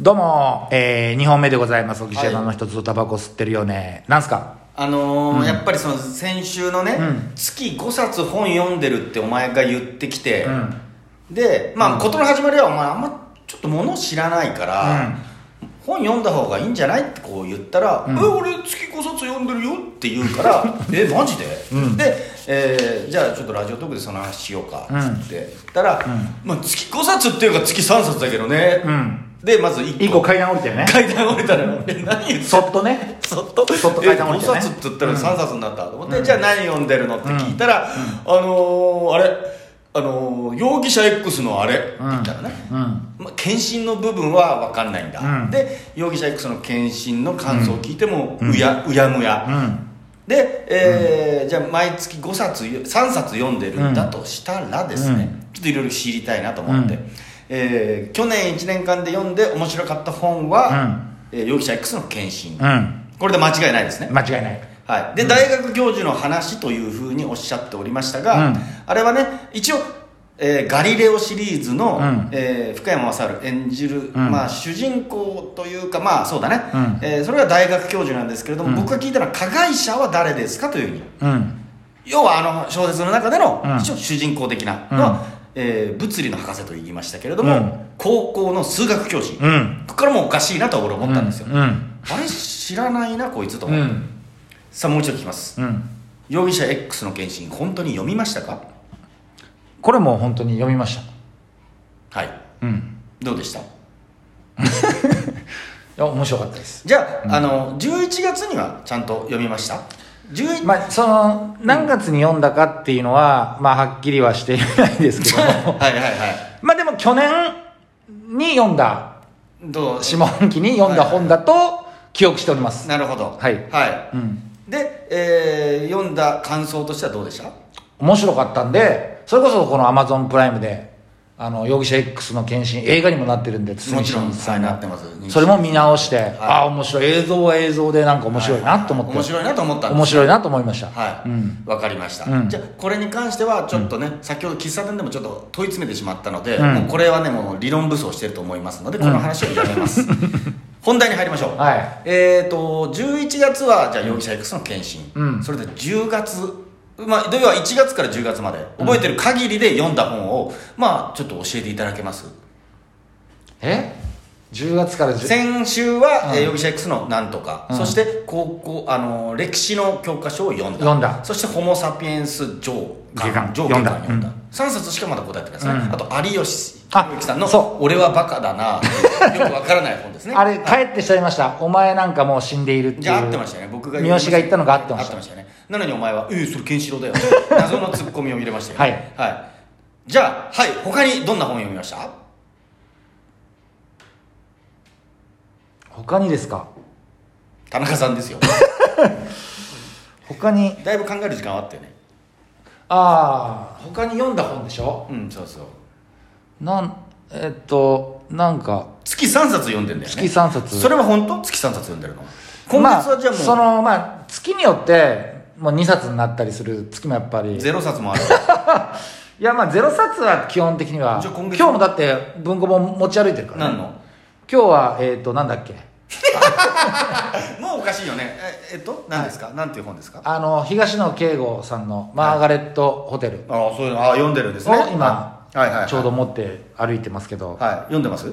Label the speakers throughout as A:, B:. A: どうも、えー、2本目でございます。沖縄の一つとタバコ吸ってるよね。なんすか
B: あのーやっぱりその先週のね、
A: うん
B: 月5冊本読んでるってお前が言ってきて、
A: うん
B: でまあ事の始まりはお前あんまちょっと物知らないから、本読んだ方がいいんじゃないってこう言ったら「え俺月5冊読んでるよ」って言う から「えマジでで、えーじゃあちょっとラジオトークでその話しようか」っつって、言ったら、まあ、月5冊っていうか月3冊だけどね」
A: うん
B: でまず1
A: ?1
B: 個
A: 個階段降りたよね。
B: 階段降りたら「え何言ってんの
A: そっとね。
B: そっと
A: そっと書いたもんね
B: え5冊って言ったら3冊になったと思って、じゃあ何読んでるのって聞いたら、あのー、あれ、あのー、容疑者 X のあれって言ったらね、
A: うん。
B: まあ、検診の部分は分かんないんだ、
A: うん
B: で容疑者 X の検診の感想を聞いてもうや,、うやむや、
A: うん。
B: で、えーじゃあ毎月5冊3冊読んでるんだとしたらですね、ちょっといろいろ知りたいなと思って、
A: うん
B: えー去年1年間で読んで面白かった本は、えー容疑者 X の検診、
A: うん。
B: これで間違いないですね、
A: 間違いない。
B: はい、で、大学教授の話というふうにおっしゃっておりましたが、
A: うん
B: あれはね一応、えーガリレオ」シリーズの、
A: うん
B: えー福山雅治演じる、
A: うん
B: まあ、主人公というかまあそうだね、
A: うん
B: えーそれが大学教授なんですけれども、
A: うん
B: 僕が聞いたのは加害者は誰ですかというふうに
A: うん。
B: 要はあの小説の中での、
A: うん
B: 一応主人公的な
A: うん
B: のは、えー物理の博士と言いましたけれども、
A: うん
B: 高校の数学教師、
A: う
B: こ
A: ん。
B: こからもうおかしいなと俺思ったんですよ、
A: うん。
B: あれ知らないなこいつと
A: う
B: 思って、
A: ん。
B: さあもう一度聞きます
A: うん。
B: 容疑者 X の検診本当に読みましたか
A: これもう本当に読みました。
B: はい
A: うん。
B: どうでした
A: いや面白かったです。
B: じゃあ,、あの11月にはちゃんと読みました11、
A: まあ、その、何月に読んだかっていうのは、まあ、はっきりはしていないですけども。
B: はいはいはい
A: まあでも去年に読んだ、
B: どうし
A: 下半期に読んだ本だと記憶しております。
B: なるほど
A: はい
B: は
A: うん。
B: い、で、えー読んだ感想としてはどうでした
A: 面白かったんでそれこそこのアマゾンプライムであの容疑者 X の検診映画にもなってるんで
B: もちろん
A: さ
B: さ
A: ん
B: え
A: の
B: なってます
A: それも見直して、ああ面白い映像は映像でなんか面白いなと思って、
B: 面白いなと思ったんです
A: 面白いなと思いました
B: はい、
A: うん
B: わかりました、
A: うん
B: じゃあこれに関してはちょっとね、先ほど喫茶店でもちょっと問い詰めてしまったので、
A: うん
B: もうこれはねもう理論武装してると思いますのでこの話をや めます、本題に入りましょう、
A: はい
B: えっ、と11月はじゃあ容疑者 X の検診、
A: うん
B: それで10月まあ、要は1月から10月まで覚えてる限りで読んだ本を、まあちょっと教えていただけます
A: え10月から10
B: 先週は、
A: うん
B: えー容疑者 X のなんとか、
A: うん
B: そして高校あのー歴史の教科書を読んだ
A: 読んだ
B: そしてホモ・サピエンス上
A: 下巻
B: 上下巻
A: 読
B: 読
A: ん
B: ん
A: だ
B: だ、三3冊しかまだ答えてないですね、
A: うん
B: あと有吉
A: あ
B: 弘行さんの
A: そ
B: 「俺はバカだな」 よくわからない本ですね
A: あれ帰ってしちゃいましたお前なんかもう死んでいるっていう
B: じゃあ合ってましたよね僕が
A: 三好が言ったのが合ってました
B: よねなのにお前は「ええそれケンシ ロウだよ」って謎のツッコミを入れましたよ、
A: はい
B: じゃあはい他にどんな本読みました
A: 他にですか
B: 田中さんですよ
A: 他に
B: だいぶ考える時間はあったよね
A: ああ他に読んだ本でしょ
B: うんそうそう
A: なんえっとなんか
B: 月3冊読んでんだよね
A: 月3冊
B: それは本当月3冊読んでるの今
A: まあ
B: 月はじゃあもう、
A: そのまあ月によってもう2冊になったりする月もやっぱりい
B: ゼロ冊も ある
A: やまあゼロ冊は基本的には
B: じゃあ今
A: 今
B: 月
A: 日もだって文庫本持ち歩いてるから、
B: 何
A: ね、
B: の
A: 今日はえっ、となんだっけ
B: もうおかしいよねええっと何ですか、なんていう本ですかあ
A: あの東野圭吾さんの「マーガレットホテル
B: あそういうのあ読んでるんで」す
A: を
B: ね
A: 今
B: はいはい、はい、
A: ちょうど持って歩いてますけど、い
B: はい読んでます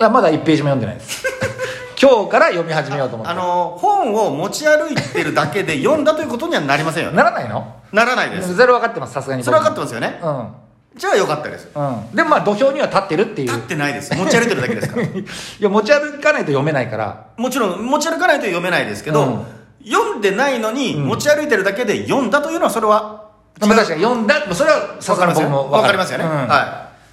A: やまだ1ページも読んでないです 今日から読み始めようと思っ
B: あ
A: て
B: の本を持ち歩いてるだけで読んだということにはなりませんよね
A: なら ないの
B: ならないです
A: ゼロ分かってますさすがに
B: それは分かってますよね
A: ま
B: じゃあよかったです
A: うんうんでもまあ土俵には立ってるっていう
B: 立ってないです持ち歩いてるだけですか ら
A: いや持ち歩かないと読めないから
B: もちろん持ち歩かないと読めないですけど、
A: うん
B: 読んでないのに持ち歩いてるだけで読んだというのはそれは
A: まあ確かに読んだそれはさ
B: わ
A: すが
B: かり
A: に
B: ます
A: 僕
B: よ
A: も
B: わかりますよね、
A: うん
B: はい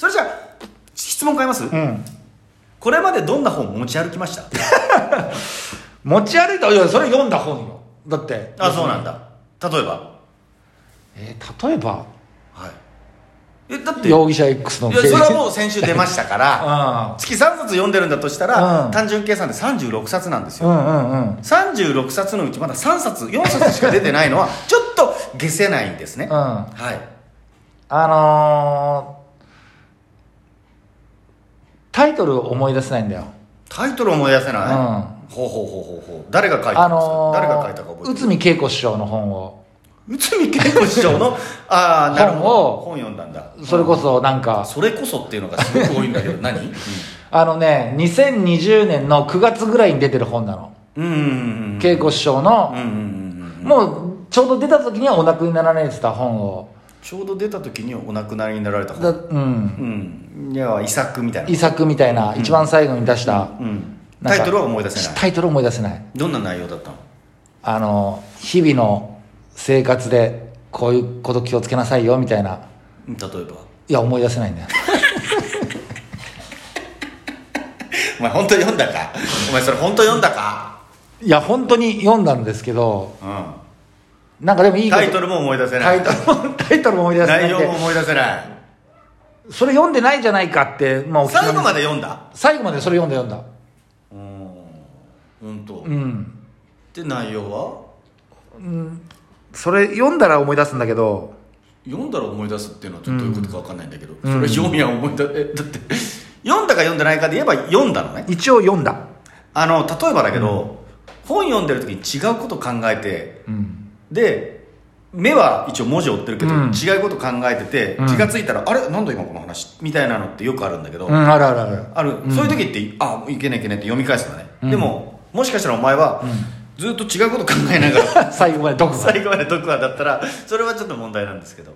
B: それじゃあ質問変えます、
A: うん
B: これまでどんな本持ち歩きました
A: 持ち歩いたいやそれ読んだ本よだって
B: あそうなんだ例えば
A: えー例えば
B: はいえだっていや
A: 容疑者 X の
B: それは
A: う
B: もう先週出ましたから
A: あ
B: 月3冊読んでるんだとしたら、
A: うん
B: 単純計算で36冊なんです
A: う
B: よ、
A: んうんうん
B: 36冊のうちまだ3冊4冊しか出てないのはちょっと下せないんですね、
A: うん
B: は
A: あ
B: い
A: のー、タイトル思い出せないんだよ
B: タイトル思い出せない、
A: うん
B: ほうほうほうほうほう誰が書いた
A: あ
B: んですか
A: の
B: 誰が書いたか覚え
A: 内
B: てる
A: 海恵子師匠の本を
B: 内海恵子師 匠のああなるほ
A: 本
B: ど
A: を
B: 本読んだんだ
A: それこそなん
B: あ
A: か
B: それこそっていうのがすごく多いんだけど 何うん
A: あのね2020年の9月ぐらいに出てる本なの
B: うんうん
A: 恵子師匠
B: うんう
A: の
B: んうんうん
A: もうちょうど出た時にはお亡くなりになられてた本を
B: ちょうど出た時にお亡くなりになられた
A: だ
B: 本
A: うん
B: うんいや遺作みたいな
A: 遺作みたいな一番最後に出した
B: うん
A: なん
B: タ
A: か
B: イトルは思い出せない
A: タイトル思い出せない
B: どんな内容だったの
A: あの日々の生活でこういうこと気をつけなさいよみたいな
B: 例えば
A: いや思い出せないんだよ
B: お前本当読んだかお前それ本当読んだか
A: いや本当に読んだんですけど
B: う
A: なんかでもい
B: ん
A: いこと
B: タイトルも思い出せな
A: タ
B: い
A: イトルも タイトルも思い出せな
B: 内
A: く
B: 容
A: て
B: も思い出せない
A: それ読んでないじゃないかって、まあ、お聞きの
B: 最後まで読んだ
A: 最後までそれ読んだ読んだ
B: うん本当
A: う
B: で
A: ん
B: 内容は
A: それ読んだら思い出すんだけど
B: 読んだら思い出すっていうのはちょっとどういうことか分かんないんだけど、それ読みは思い出えだって読んだか読んでないかで言えば読んだのね
A: 一応読んだ
B: あの例えばだけど、本読んでる時に違うこと考えて
A: うん
B: で目は一応文字追ってるけど、
A: うん
B: 違うこと考えてて、
A: うん
B: 気がついたら「あれなんだ今この話」みたいなのってよくあるんだけど、
A: うんあるあるある
B: ある、そういう時って「あいけないいけない」って読み返すのね、でももしかしたらお前は、ずっと違うこと考えながら
A: 最後まで読破
B: 最後まで読破だったらそれはちょっと問題なんですけど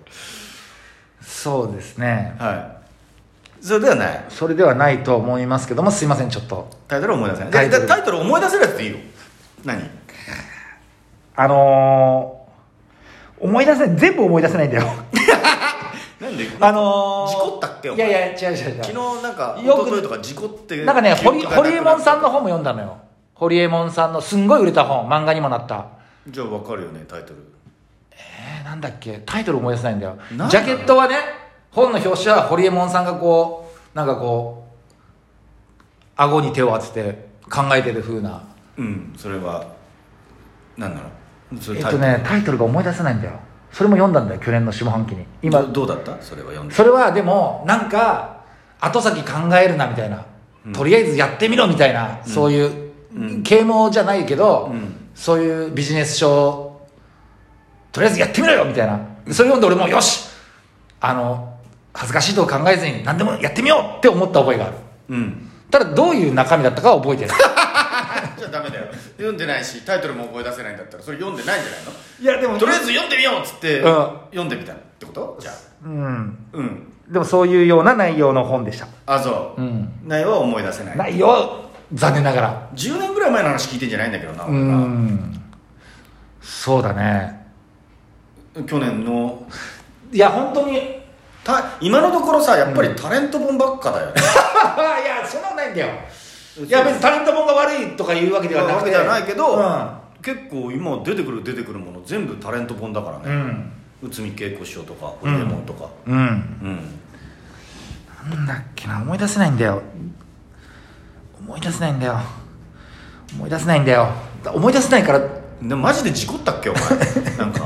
A: そうですね
B: はいそれではない
A: それではないと思いますけどもすいませんちょっと
B: タイトル思い出せない
A: タ
B: タ
A: イ
B: イ
A: トル
B: トルタイトル思い出せるやつでいいよ何
A: あのー、思い出せない全部思い出せないんだよ
B: なんで
A: あのー、
B: 事故ったっけお
A: い
B: 前
A: やいや違う違う違う
B: 昨日なんか
A: よく
B: 一昨日とか事故って
A: なんかね
B: 記憶
A: 堀
B: がなくな
A: 堀
B: った
A: エモ門さんの本も読んだのよ堀エモ門さんのすんごい売れた本漫画にもなった
B: じゃあ分かるよねタイトル
A: えー、なんだっけタイトル思い出せないんだよ
B: なんだろう
A: ジャケットはね本の表紙は堀エモ門さんがこうなんかこう顎に手を当てて考えてる風な
B: うんそれは何なのそ
A: え
B: れ
A: っ
B: タイ
A: と
B: トル、
A: ねタイトルが思い出せないんだよそれも読んだんだよ去年の下半期に今
B: どどうだったそれは読んで
A: それはでもなんか後先考えるなみたいな、とりあえずやってみろみたいな、そういう、啓蒙じゃないけど、
B: うん
A: そういうビジネス書をとりあえずやってみろよみたいなそれ読んで俺もよしあの恥ずかしいとか考えずに何でもやってみようって思った覚えがある
B: うん
A: ただどういう中身だったかは覚えてない
B: じゃあダメだよ読んでないしタイトルも思い出せないんだったらそれ読んでないんじゃ ない
A: いやで
B: のとりあえず読んでみようっつって、
A: うん
B: 読んでみたってことじゃあ
A: うん
B: うん
A: でもそういうような内容の本でした
B: あそう、
A: うん
B: 内容は思い出せない
A: 内容は残念ながら
B: 10年ぐらい前の話聞いてんじゃないんだけどな
A: う
B: 俺なん
A: そうだね
B: 去年の
A: いや本当に
B: た今のところさやっぱりタレント本ばっかだよね、
A: いやそんなことないんだよいや別にタレントもんが悪いとかいうわけではな
B: わ
A: く
B: け
A: て
B: じゃないけど、
A: う
B: 結構今出てくる出てくるもの全部タレント本だからね、
A: ん
B: 内海恵子師匠とか堀江門とか
A: うん、うん、
B: う
A: な
B: ん、
A: んだっけな思い出せないんだよ思い出せないんだよ思い出せないんだよ思い出せないからう
B: でマジで事故ったっけお前 なんか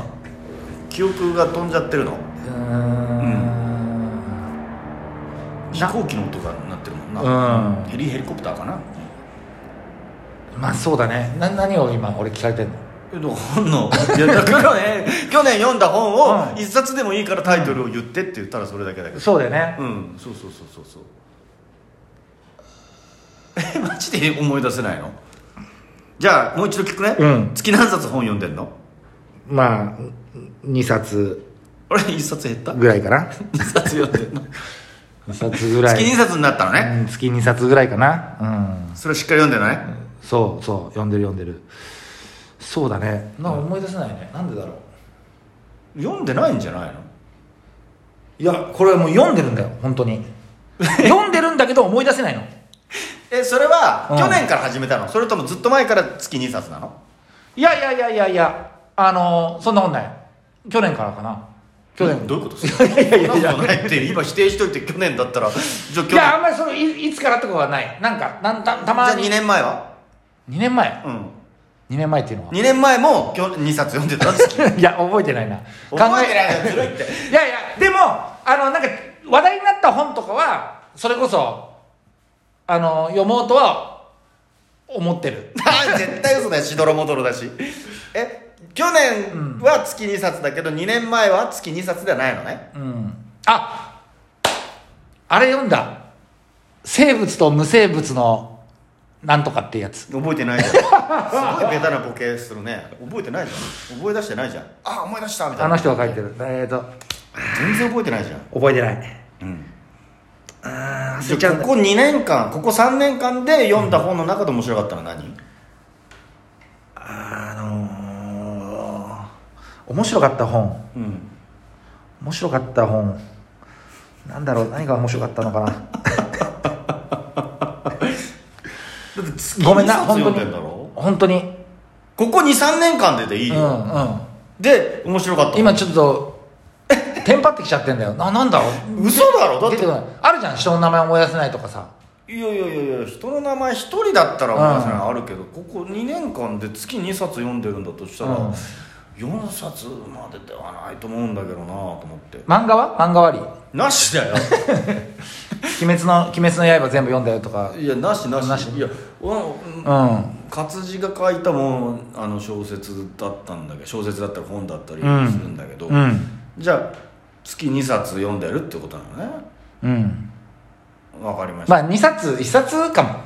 B: 記憶が飛んじゃってるの
A: ーん
B: 飛行機の音がなってるもんな、
A: うん
B: ヘリヘリコプターかな
A: まあそうだねな何を今俺聞かれてんの
B: えでも本のいやだから ね去年読んだ本を一冊でもいいからタイトルを言ってって言ったらそれだけだけど
A: そうだよね
B: うん、そうそうそうそうそうえマジで思い出せないのじゃあもう一度聞くね、
A: うん
B: 月何冊本読んでんの
A: まあ2冊
B: 俺一冊減った
A: ぐらいかな
B: 2冊読 んでんの
A: 2冊ぐらい
B: 月2冊になったのね、
A: うん月2冊ぐらいかなうん
B: それしっかり読んでない、
A: そうそう読んでる読んでるそうだねなんか思い出せないね、なんでだろう
B: 読んでないんじゃないの
A: いやこれはもう読んでるんだよ本当 に読んでるんだけど思い出せないの
B: えそれは
A: うん
B: 去年から始めたの、それともずっと前から月2冊なの
A: いやいやいやいやいやあのーそんなことない去年からかな去年、
B: どういうこと ですかいやいやいやいやないって今否定しといて去年だったらじゃあ去年
A: いやあんまりそのいいつからとかはないなんかなんたたまに
B: じゃあ2年前は
A: 二年前
B: うん
A: 2年前っていうのは
B: 2年前も2冊読んでたんですけど
A: いや覚えてないな
B: 覚えてない
A: 考
B: のずるいって
A: えいやいやでもあのなんか話題になった本とかはそれこそあの読もうとは思ってる
B: 絶対嘘だよしどろもどろだしえ去年は月2冊だけど2年前は月2冊ではないのね
A: うんああれ読んだ生物と無生物のなんとかってやつ
B: 覚えてないじゃんすごいベタなボケするね覚えてないじゃん覚え出してないじゃんあ思い出したみた
A: あ
B: い
A: の
B: な
A: 人が書いてるえっ、ー、と
B: 全然覚えてないじゃん
A: 覚えてない
B: うん
A: あ
B: じゃあここ2年間ここ3年間で読んだ本の中で面白かったのは何、
A: あのー面白かった本
B: うん、
A: 面白かった本なんだろう何が面白かったのかな
B: だって月
A: ごめんな
B: 2
A: 本
B: 冊
A: 当
B: 読んでん
A: に
B: だろ
A: 本当に
B: ここ23年間ででい
A: う
B: い
A: んう
B: よ、
A: ん
B: で面白かった
A: 今ちょっとテンパってきちゃってんだよななんだろう
B: 嘘だろだ
A: 出
B: って
A: てこないあるじゃん人の名前思い出せないとかさ
B: いやいやいやいや人の名前一人だったら思い出せないのあるけど、ここ2年間で月2冊読んでるんだとしたら、
A: うん
B: 4冊までではないと思うんだけどなと思って
A: 漫画は漫画割り
B: なしだよ
A: 「鬼滅の鬼滅の刃」全部読んだよとか
B: いやなしなし
A: なし
B: いやわ
A: うん
B: 活字が書いたもんあの小説だったんだけど小説だったり本だったりす
A: うん
B: るんだけど、
A: うん
B: じゃあ月2冊読んでるってことなのね
A: うん
B: わかりました、
A: まあ2冊1冊かも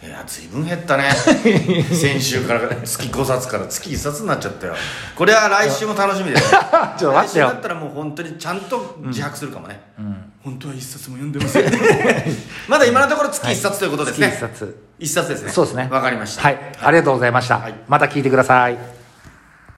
B: いや随分減っ たね先週から月5冊から月1冊になっちゃったよこれは来週も楽しみです
A: あ ちょっと
B: 来
A: 待っ
B: 週
A: て
B: だっ
A: よ
B: たらもう本当にちゃんと自白するかもね、本当は1冊も読んでません まだ今のところ月1冊ということです
A: 月
B: ね、
A: 1冊
B: 一冊ですね
A: そうですね
B: わかりました
A: はいありがとうございました
B: はい
A: また聞いてください